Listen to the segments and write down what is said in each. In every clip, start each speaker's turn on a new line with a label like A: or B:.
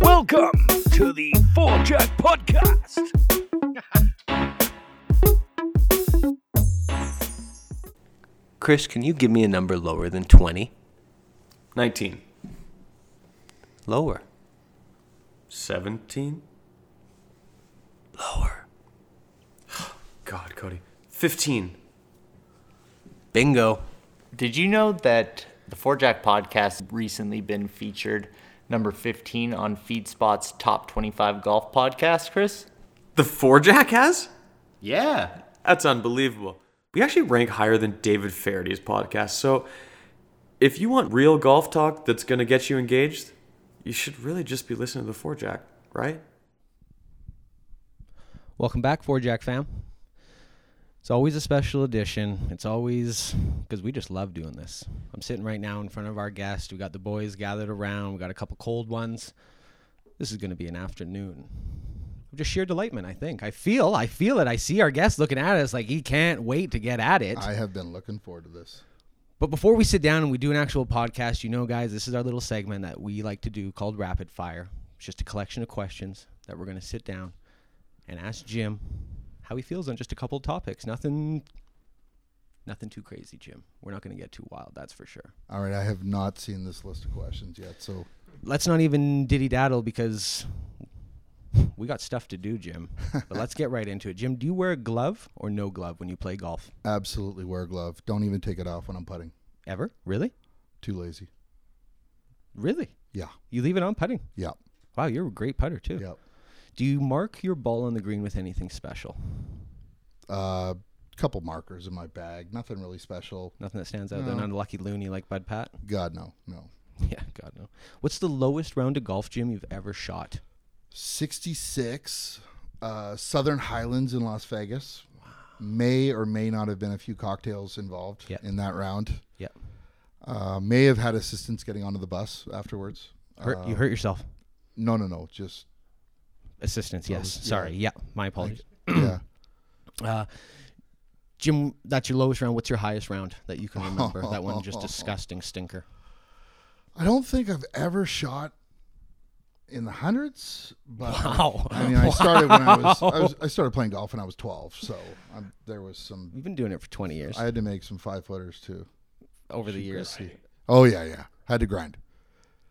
A: Welcome to the Four Jack Podcast.
B: Chris, can you give me a number lower than 20?
C: 19.
B: Lower.
C: 17?
B: Lower.
C: God, Cody. 15.
B: Bingo.
D: Did you know that the Four Jack podcast recently been featured number 15 on FeedSpot's top 25 golf podcast, Chris?
C: The four Jack has?
D: Yeah.
C: That's unbelievable. We actually rank higher than David Faraday's podcast. So if you want real golf talk that's going to get you engaged, you should really just be listening to the four Jack, right?
E: Welcome back, Four Jack fam. It's always a special edition. It's always because we just love doing this. I'm sitting right now in front of our guest. We got the boys gathered around. We got a couple cold ones. This is going to be an afternoon of just sheer delightment. I think. I feel. I feel it. I see our guest looking at us like he can't wait to get at it.
F: I have been looking forward to this.
E: But before we sit down and we do an actual podcast, you know, guys, this is our little segment that we like to do called Rapid Fire. It's just a collection of questions that we're going to sit down and ask Jim how he feels on just a couple topics. Nothing, nothing too crazy, Jim. We're not going to get too wild, that's for sure.
F: All right, I have not seen this list of questions yet, so
E: Let's not even diddy daddle because we got stuff to do, Jim. But let's get right into it. Jim, do you wear a glove or no glove when you play golf?
F: absolutely wear a glove. Don't even take it off when I'm putting.
E: Ever? Really?
F: Too lazy.
E: Really?
F: Yeah,
E: You leave it on putting?
F: yeah,
E: Wow, you're a great putter too.
F: yeah.
E: Do you mark your ball on the green with anything special?
F: Uh, couple markers in my bag. Nothing really special.
E: Nothing that stands out. They're not a lucky loony like Bud Pat.
F: God, no, no.
E: Yeah, God no. What's the lowest round of golf, Jim, you've ever shot?
F: 66, uh, Southern Highlands in Las Vegas. May or may not have been a few cocktails involved
E: Yeah.
F: in that round.
E: Yeah,
F: Uh, may have had assistance getting onto the bus afterwards.
E: hurt,
F: Uh,
E: you hurt yourself.
F: No, no, no. Just
E: Assistance, yes. Sorry, yeah. My apologies. Uh,
F: yeah.
E: Jim, that's your lowest round. What's your highest round that you can remember? that one just disgusting stinker.
F: I don't think I've ever shot in the hundreds, but
E: Wow.
F: I mean, I started when I was, I was I started playing golf when I was 12, so i there was some
E: You've been doing it for 20 years
F: I had to make some five footers too.
E: over the years.
F: Oh yeah, yeah, had to grind.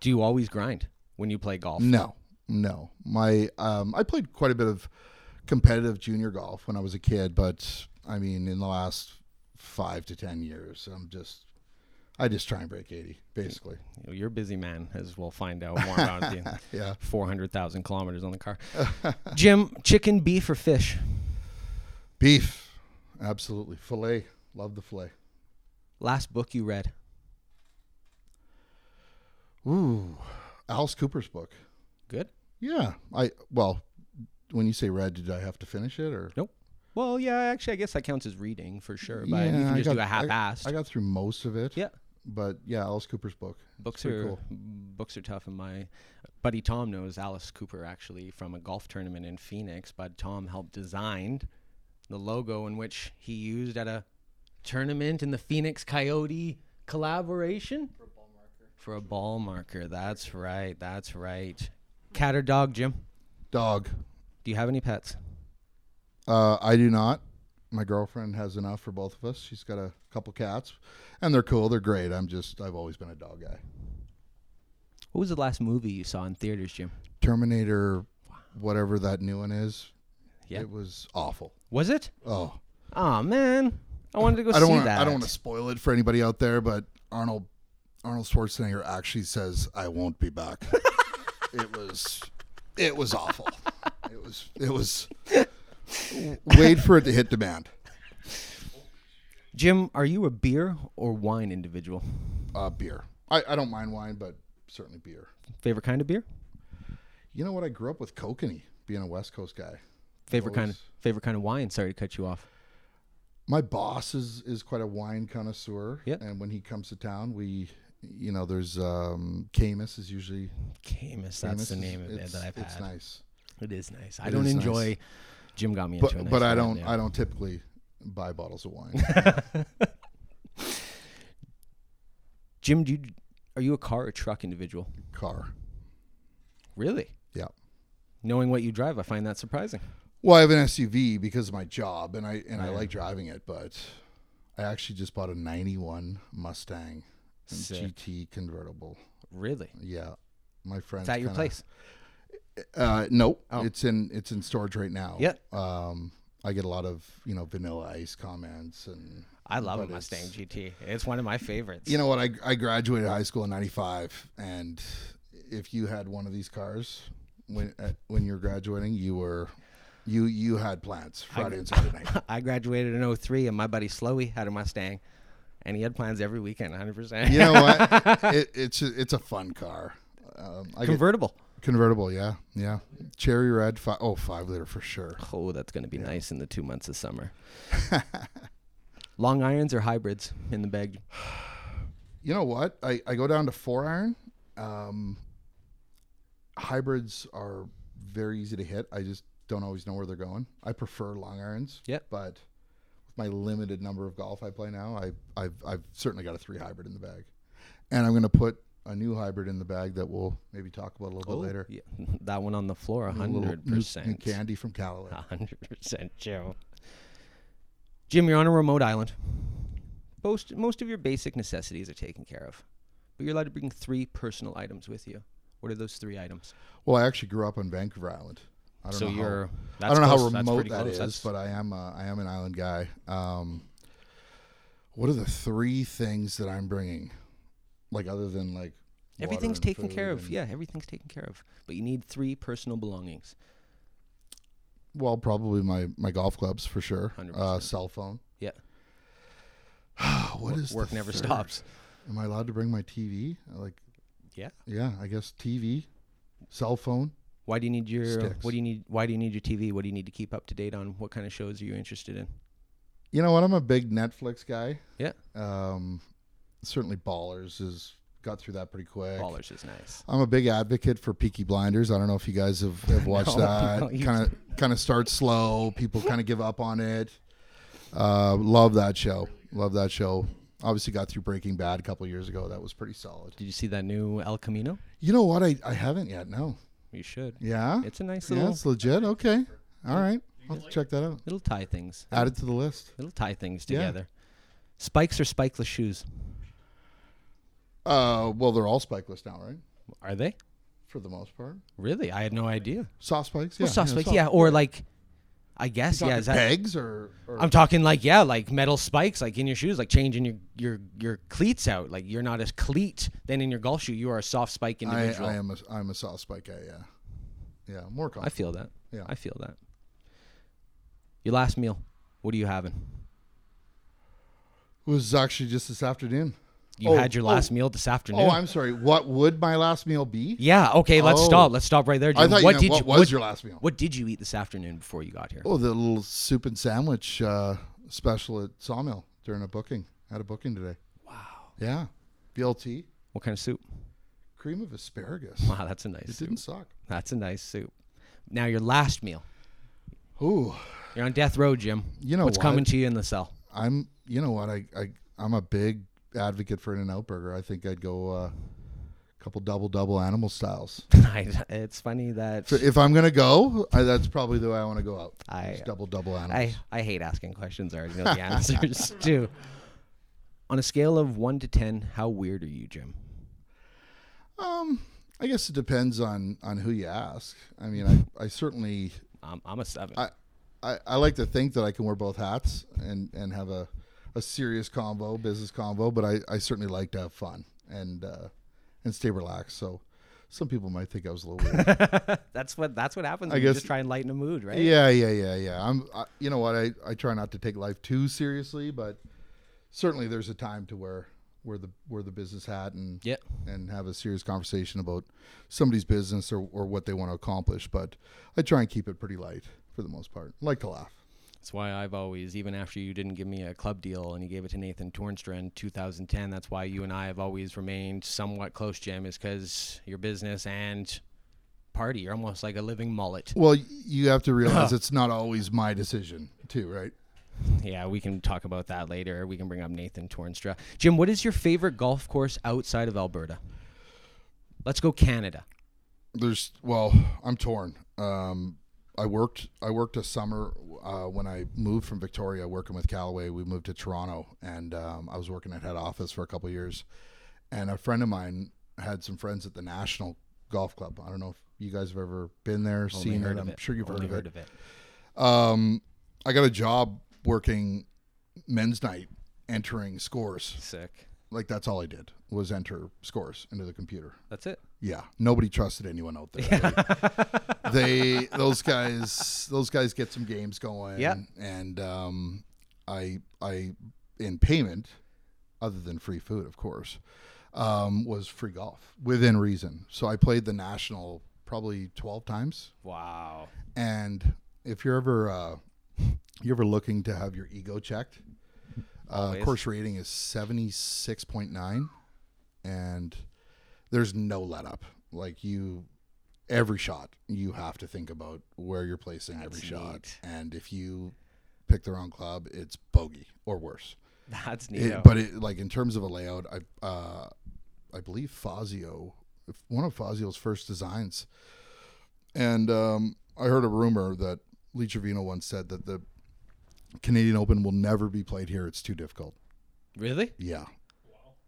E: Do you always grind when you play golf?
F: No, no, my um, I played quite a bit of competitive junior golf when I was a kid, but I mean, in the last five to ten years, I'm just I just try and break 80 basically.
E: You're a busy man, as we'll find out more about at the end.
F: Yeah.
E: 400,000 kilometers on the car. Jim, chicken, beef, or fish?
F: Beef, absolutely. Filet, love the filet.
E: Last book you read?
F: Ooh, Alice Cooper's book.
E: Good.
F: Yeah, I well, when you say read, did I have to finish it or?
E: Nope. Well, yeah, actually, I guess that counts as reading for sure, but you
F: Yeah,
E: can
F: I
E: just do
F: got-
E: a half-assed.
F: I, I got through most of it.
E: yeah,
F: but yeah, Alice Cooper's book. It's
E: books
F: pretty
E: are books are tough. And my buddy Tom knows Alice Cooper actually from a golf tournament in Phoenix. Bud Tom helped design the logo in which he used at a tournament in the Phoenix Coyote collaboration for a ball marker. That's right. That's right. Cat or dog, Jim?
F: Dog.
E: Do you have any pets?
F: Uh, I do not. My girlfriend has enough for both of us. She's got a couple cats, and they're cool. They're great. I'm just I've always been a dog guy.
E: What was the last movie you saw in theaters, Jim?
F: Terminator, whatever that new one is.
E: Yeah.
F: It was awful.
E: Was it?
F: Oh,
E: Oh man, I wanted to go
F: I don't
E: see
F: want
E: that.
F: I don't want to spoil it for anybody out there, but Arnold Arnold Schwarzenegger actually says, "I won't be back." it was it was awful. It was it was. Wait for it to hit demand.
E: Jim, are you a beer or wine individual?
F: Uh, beer. I, I don't mind wine, but certainly beer.
E: Favorite kind of beer?
F: You know what? I grew up with kokanee, being a West Coast guy.
E: Favorite kind of
F: Always.
E: favorite kind of wine. Sorry to cut you off.
F: my boss is is quite a wine connoisseur
E: Yep.
F: and when he comes to town we you know there's um camus is usually
E: Camus, that's the
F: Camus is-
E: name of it
F: it's-
E: that I've
F: it's
E: had.
F: nice
E: It is nice. I
F: It
E: don't
F: is nice.
E: enjoy. Jim got me into
F: but
E: a nice
F: but i
E: wine,
F: don't
E: yeah.
F: i don't typically buy bottles of wine
E: Jim, do you, are you a car or truck individual?
F: car
E: Really?
F: Yeah.
E: Knowing what you drive, I find that surprising.
F: Well, I have an SUV because of my job, and I and I like driving it, but I actually just bought a '91 Mustang and
E: Sick.
F: GT convertible.
E: Really?
F: Yeah, my friend.
E: It's at your place. Oh.
F: Uh, no, it's in it's in storage right now.
E: Yeah.
F: Um, I get a lot of you know vanilla ice comments, and
E: I love a
F: but
E: Mustang
F: it's-
E: GT. It's one of my favorites.
F: You know what? I I graduated high school in '95, and if you had one of these cars when at, when you're graduating, you were you you had plans Friday and Saturday night.
E: I graduated in 03 and my buddy Slowey had a Mustang and he had plans every weekend 100%.
F: You know what? it, it's a, it's a fun car. Um, I get,
E: Convertible.
F: convertible, yeah, yeah. Cherry red, fi- oh, five liter for sure.
E: Oh, that's going to be nice in the 2 months of summer. Long irons or hybrids in the bag?
F: You know what? I, I go down to four iron. Um, hybrids are very easy to hit. I just don't always know where they're going. I prefer long irons.
E: Yep.
F: But with my limited number of golf I play now, I, I've I've certainly got a three hybrid in the bag, and I'm going to put a new hybrid in the bag that we'll maybe talk about a
E: Oh,
F: little bit later.
E: Yeah, that one on the floor
F: A little new-
E: 100%.
F: new candy from Callaway.
E: 100% Joe. Jim, you're on a remote island. Most, most of your basic necessities are taken care of, but you're allowed to bring three personal items with you. What are those three items?
F: Well, I actually grew up on Vancouver Island. I don't
E: So
F: know
E: you're-
F: how,
E: that's
F: I
E: close.
F: don't know
E: That's
F: how remote
E: pretty
F: that
E: close.
F: is,
E: That's-
F: but I am a, I am an island guy. Um, what are the three things that I'm bringing, like other than like water
E: Everything's
F: and
E: taken care
F: food
E: of.
F: and-
E: Yeah, everything's taken care of. But you need three personal belongings.
F: Well, probably my my golf clubs for sure.
E: 100%.
F: Uh, cell phone.
E: Yeah.
F: Oh, what is the
E: Work never
F: third?
E: stops.
F: Am I allowed to bring my TV? Like,
E: Yeah.
F: yeah, I guess TV, cell phone.
E: Why do you need your
F: Sticks.
E: what do you need why do you need your TV? What do you need to keep up to date on? What kind of shows are you interested in?
F: You know what? I'm a big Netflix guy.
E: Yeah.
F: Um, certainly, Ballers is got through that pretty quick.
E: Ballers is nice.
F: I'm a big advocate for Peaky Blinders. I don't know if you guys have, have watched
E: No,
F: that.
E: no, you-
F: Kind of kind of starts slow. People kind of give up on it. Uh, love that show. Love that show. Obviously, got through Breaking Bad a couple years ago. That was pretty solid.
E: Did you see that new El Camino?
F: You know what? I, I haven't yet. No.
E: You should.
F: Yeah.
E: It's a nice
F: yeah.
E: little
F: It's legit. Okay. All right. I'll check that out.
E: it'll tie things.
F: Add it to the list.
E: It'll tie things
F: Yeah.
E: together. Spikes or spikeless shoes?
F: Uh, well, they're all spikeless now, right?
E: Are they?
F: For the most part.
E: Really? I had no idea.
F: Soft spikes. Yeah.
E: Well, soft spikes,
F: soft-
E: yeah, or like I guess, yeah,
F: Talking
E: is that
F: pegs or, or
E: I'm talking like yeah, like metal spikes, like in your shoes, like changing your your your cleats out. Like you're not as cleat than in your golf shoe. You are a soft spike
F: I,
E: individual.
F: I am a I'm a soft spike guy. Yeah, yeah, more
E: I
F: confident.
E: feel that.
F: Yeah.
E: I feel that. Your last meal, what are you having?
F: It was actually just this afternoon.
E: You
F: Oh,
E: had your
F: oh,
E: last meal this afternoon.
F: Oh, I'm sorry. What would my last meal be?
E: yeah. Okay. Let's
F: Oh.
E: stop. Let's stop right there.
F: I
E: Jim.
F: thought you
E: what
F: meant
E: did
F: what
E: you,
F: was
E: what-
F: your last meal?
E: What did you eat this afternoon before you got here?
F: Oh, the little soup and sandwich uh, special at Sawmill during a booking. Had a booking today. Wow. Yeah, BLT
E: What kind of soup?
F: cream of asparagus.
E: Wow, that's a nice
F: It
E: soup.
F: didn't suck.
E: That's a nice soup. Now your last meal.
F: Ooh,
E: You're on death row, Jim.
F: You know
E: what's
F: what?
E: coming to you in the cell?
F: I'm. You know what? I I I'm a big advocate for an out burger. I think I'd go uh, a couple double double animal styles.
E: I- it's funny that
F: So if I'm gonna go, I, that's probably the way I want to go out.
E: I-
F: Just double double
E: I,
F: animals.
E: I hate asking questions. I already know the answers too. On a scale of one to ten, how weird are you, Jim?
F: um, I guess it depends on on who you ask. I mean, I, I certainly
E: Um, I'm a seven.
F: I, I I like to think that I can wear both hats and and have a a serious combo, business combo. But I I certainly like to have fun and uh, and stay relaxed. So some people might think I was a little weird.
E: that's what that's what happens.
F: I
E: when you
F: guess-
E: just try and lighten the mood, right?
F: Yeah, yeah, yeah, yeah. I'm. I, you know what? I, I try not to take life too seriously, but certainly there's a time to where where the where the business hat and
E: Yeah.
F: and have a serious conversation about somebody's business or or what they want to accomplish. But I try and keep it pretty light for the most part. like to laugh.
E: That's why I've always, even after you didn't give me a club deal and you gave it to Nathan Tornstra in 2010, that's why you and I have always remained somewhat close, Jim, is because your business and party. You're almost like a living mullet.
F: Well, y- you have to realize it's not always my decision too, right?
E: Yeah, we can talk about that later. We can bring up Nathan Tornstra. Jim, what is your favorite golf course outside of Alberta? Let's go Canada.
F: there's well i'm torn um i worked i worked a summer uh, when i moved from victoria working with callaway we moved to toronto and um, i was working at head office for a couple years and a friend of mine had some friends at the national golf club i don't know if you guys have ever been there seen it i'm sure you've
E: Only
F: heard of
E: heard of it.
F: it um, I got a job working men's night, entering scores.
E: Sick.
F: Like that's all I did was enter scores into the computer.
E: That's it.
F: Yeah, nobody trusted anyone out there. They, they- those guys those guys get some games going.
E: Yeah.
F: and um, I I in payment, other than free food, of course, um, was free golf within reason. So I played the national probably twelve times.
E: Wow.
F: And if you're ever uh, you're ever looking to have your ego checked, uh, course rating is seventy six point nine, and there's no let up. Like you, every shot you have to think about where you're placing every shot,
E: neat.
F: and if you pick the wrong club, it's bogey or worse.
E: That's neat.
F: It, but it, like in terms of a layout, I uh, I believe Fazio, if- one of Fazio's first designs, and um, I heard a rumor that Lee Trevino once said that the Canadian Open will never be played here. It's too difficult.
E: really?
F: Yeah,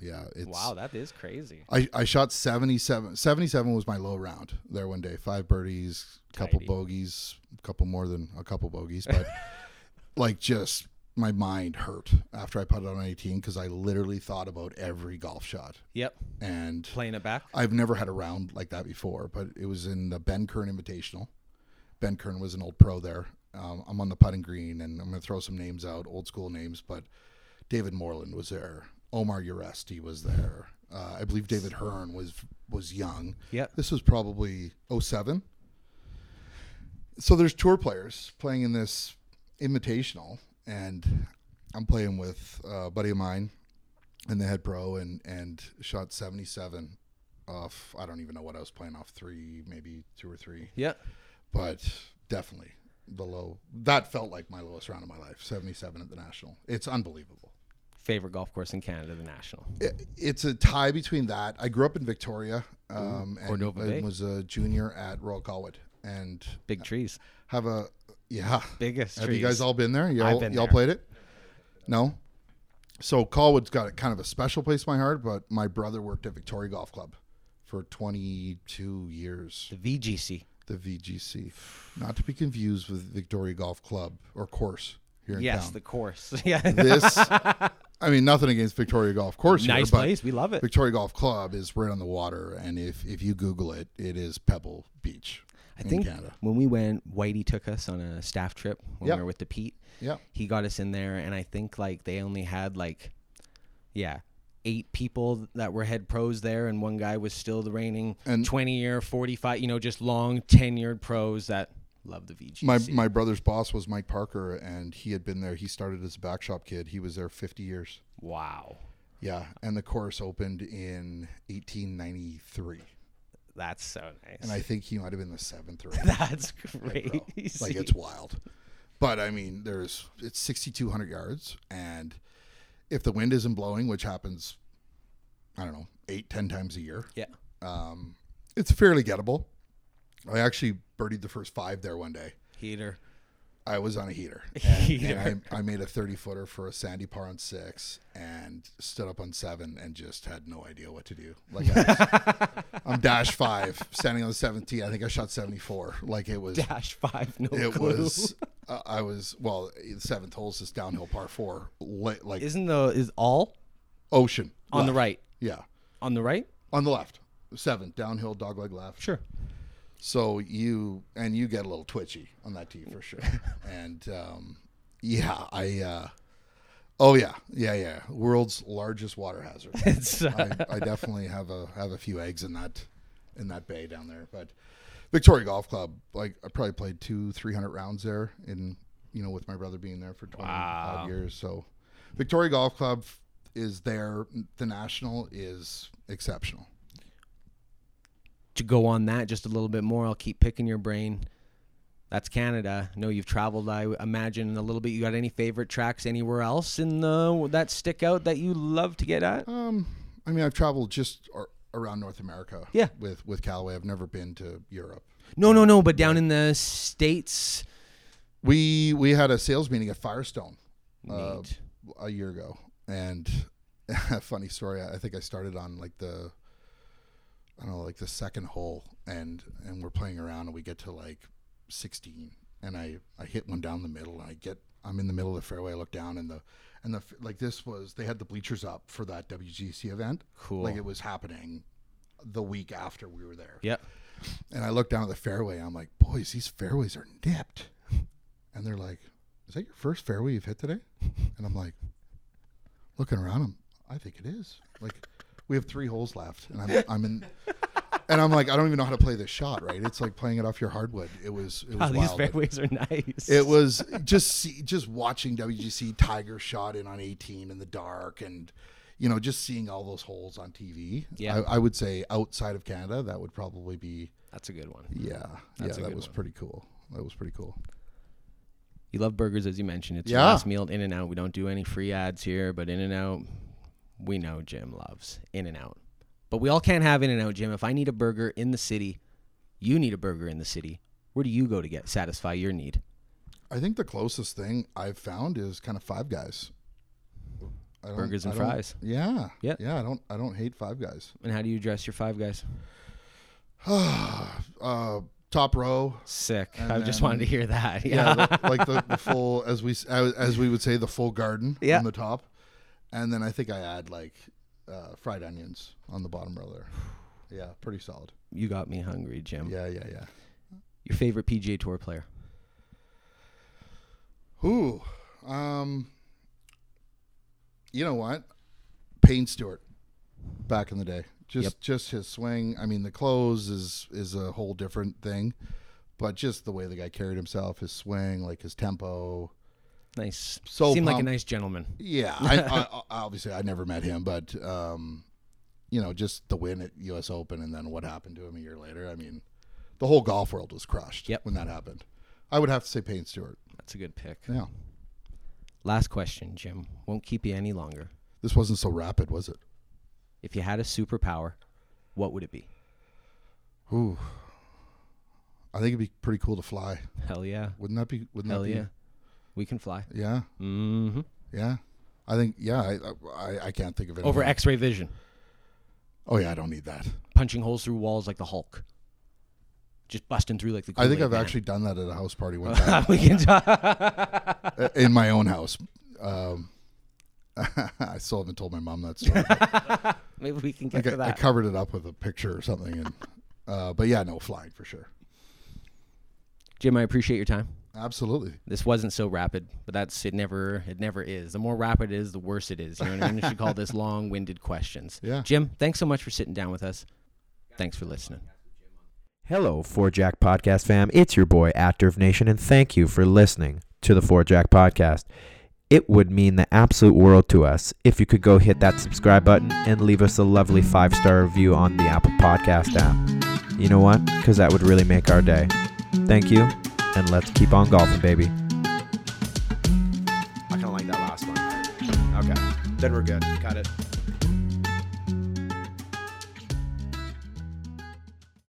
F: yeah. It's,
E: Wow, that is crazy.
F: I, I shot 77. 77 was my low round there one day. Five birdies, couple bogeys, a couple more than a couple bogeys, but like just my mind hurt after I putted on 18 because I literally thought about every golf shot.
E: Yep.
F: And
E: Playing it back.
F: I've never had a round like that before, but it was in the Ben Kern Invitational. Ben Kern was an old pro there. Um, I'm on the putting green, and I'm going to throw some names out, old school names, but David Moreland was there. Omar Uresti was there. Uh, I believe David Hearn was was young.
E: Yep.
F: This was probably 07. So there's tour players playing in this invitational, and I'm playing with uh, a buddy of mine and the head pro and and shot 77 off i don't even know what i was playing off three maybe two or three
E: Yep.
F: but definitely the low that felt like my lowest round of my life 77 at the national it's unbelievable
E: Favorite golf course in Canada, the National.
F: it, it's a tie between that i grew up in victoria um, and,
E: Cordova Bay.
F: and was a junior at royal colwood and
E: Big trees.
F: have a yeah
E: Biggest
F: have
E: trees.
F: you guys all been there y'all,
E: I've been
F: y'all
E: there.
F: played it no so colwood's got a kind of a special place in my heart but my brother worked at victoria golf club for 22 years
E: The VGC.
F: the vgc not to be confused with victoria golf club or course here in
E: Yes,
F: town
E: the course. yeah.
F: this i mean nothing against victoria golf course here,
E: nice
F: but
E: place. We love it.
F: victoria golf club is right on the water and if, if you google it it is pebble beach
E: I
F: in
E: think
F: canada
E: when we went, Whitey took us on a staff trip when
F: Yep.
E: we were with the Pete.
F: Yep.
E: He got us in there, and I think like they only had like, yeah, eight people that were head pros there, and one guy was still the reigning
F: And-
E: twenty year, forty five, you know, just long tenured pros that love the VGC.
F: my my brother's boss was Mike Parker, and he had been there. He started as a back shop kid. He was there 50 years.
E: wow,
F: Yeah, and the course opened in 1893,
E: that's so nice.
F: and I think he might have been the seventh or eighth.
E: that's crazy.
F: like it's wild. But I mean, there's it's 6,200 yards, and if the wind isn't blowing, which happens, I don't know, eight ten times a year,
E: yeah.
F: it's fairly gettable. I actually birdied the first five there one day.
E: Heater.
F: I was on a heater. And, and I, I made a 30 footer for a sandy par on six and stood up on seven and just had no idea what to do. Like, I was, I'm dash five, standing on the seventh tee. I think I shot 74. Like, it was,
E: Dash five, no
F: it
E: clue.
F: was, uh, I was, well, the seventh hole's this downhill par four, li- like
E: Isn't the is all
F: ocean.
E: on the
F: left.
E: right?
F: Yeah.
E: On the right?
F: On the left. Seven, downhill, dogleg left.
E: Sure.
F: So you and you get a little twitchy on that tee for sure. and um, yeah, I. Uh, oh yeah, yeah, yeah. World's largest water hazard.
E: It's uh,
F: I, I definitely have a have a few eggs in that in that bay down there. But Victoria Golf Club, like I probably played two, three hundred rounds there, in you know, with my brother being there for twenty five years. So Victoria Golf Club is there. The national is exceptional.
E: to go on that just a little bit more, I'll keep picking your brain. That's Canada. I know you've traveled. I imagine a little bit. You got any favorite tracks anywhere else in the that stick out that you love to get at?
F: Um, I mean, I've traveled just ar- around North America.
E: Yeah.
F: With with Callaway, I've never been to Europe.
E: No, no, no. But down in the states,
F: We we had a sales meeting at Firestone uh,
E: Neat.
F: a year ago, and funny story. I I think I started on like the I don't know, like the second hole, and and we're playing around, and we get to like sixteen, and I I hit one down the middle, and I get I'm in the middle of the fairway. I look down, and the and the like this was they had the bleachers up for that WGC event.
E: Cool.
F: like it was happening the week after we were there.
E: Yep.
F: And I look down at the fairway. I'm like, boys, these fairways are nipped. And they're like, is that your first fairway you've hit today? And I'm like, looking around, I'm, I think it is. Like, we have three holes left, and I'm, I'm in. And I'm like, I don't even know how to play this shot, right? It's like playing it off your hardwood. It was, it was
E: Oh, these
F: wild.
E: fairways are nice.
F: It was just see, just watching WGC Tiger shot in on 18 in the dark, and you know, just seeing all those holes on TV.
E: Yeah.
F: I, I would say outside of Canada, that would probably be
E: That's a good one.
F: yeah,
E: That's a
F: yeah. That
E: good
F: was
E: one.
F: pretty cool. That was pretty cool.
E: You love burgers, as you mentioned. It's your
F: Yeah.
E: last meal at In and Out. We don't do any free ads here, but In and Out, we know Jim loves In and Out. But we all can't have In and Out, Jim. If I need a burger in the city, you need a burger in the city. Where do you go to get satisfy your need?
F: Oh, I think the closest thing I've found is kind of Five Guys. I don't-
E: Burgers and
F: I don't-
E: fries.
F: Yeah,
E: Yep.
F: yeah. I don't, I don't hate Five Guys.
E: And how do you address your five guys?
F: uh, top row,
E: Sick.
F: And
E: I just
F: then-
E: wanted to hear that.
F: yeah,
E: Yeah.
F: the, like the, the full as we as we would say the full garden
E: Yeah.
F: on the top, and then I think I add like uh, fried onions on the bottom row there. Yeah, pretty solid.
E: You got me hungry, Jim.
F: Yeah, yeah, yeah.
E: Your favorite PGA Tour player?
F: Who? Um, you know what? Payne Stewart, back in the day. Just
E: Yep.
F: just his swing. I mean, the clothes is is a whole different thing, but just the way the guy carried himself, his swing, like his tempo.
E: Nice.
F: So
E: Seemed like a
F: pumped.
E: nice gentleman.
F: Yeah, I, I, I- obviously I never met him, but um, you know, just the win at U.S. Open and then what happened to him a year later. I mean, the whole golf world was crushed
E: Yep.
F: when that happened. I would have to say Payne Stewart.
E: That's a good pick.
F: Yeah,
E: Last question, Jim. Won't keep you any longer.
F: this wasn't so rapid, was it?
E: If you had a superpower, what would it be?
F: Ooh, I think it'd be pretty cool to fly.
E: Hell yeah.
F: Wouldn't that be? Wouldn't
E: Hell
F: that be?
E: yeah. We can fly.
F: Yeah,
E: Mm-hmm.
F: yeah. I think yeah. I I, I can't think of it
E: Over X ray vision.
F: Oh yeah, I don't need that.
E: Punching holes through walls like the Hulk. Just busting through like the
F: I think
E: Kool-Aid
F: I've
E: Man.
F: actually done that at a house party one time.
E: we can talk.
F: in my own house. Um, I still haven't told my mom that story.
E: Maybe we can get
F: Like,
E: to
F: I, I
E: that.
F: covered it up with a picture or something. And uh, but yeah, no flying for sure.
E: Jim, I appreciate your time.
F: Absolutely.
E: This wasn't so rapid, but that's it never it never is. The more rapid it is, the worse it is. You know what I mean? You should call this long winded questions.
F: Yeah.
E: Jim, thanks so much for sitting down with us. Thanks for listening.
G: Hello, Four Jack Podcast fam. It's your boy, At Derv Nation, and thank you for listening to the Four Jack Podcast. It would mean the absolute world to us if you could go hit that subscribe button and leave us a lovely five star review on the Apple Podcast app. You know what? Because that would really make our day. Thank you, and let's keep on golfing, baby. I kind of like that last one. Okay, then we're good. Got it.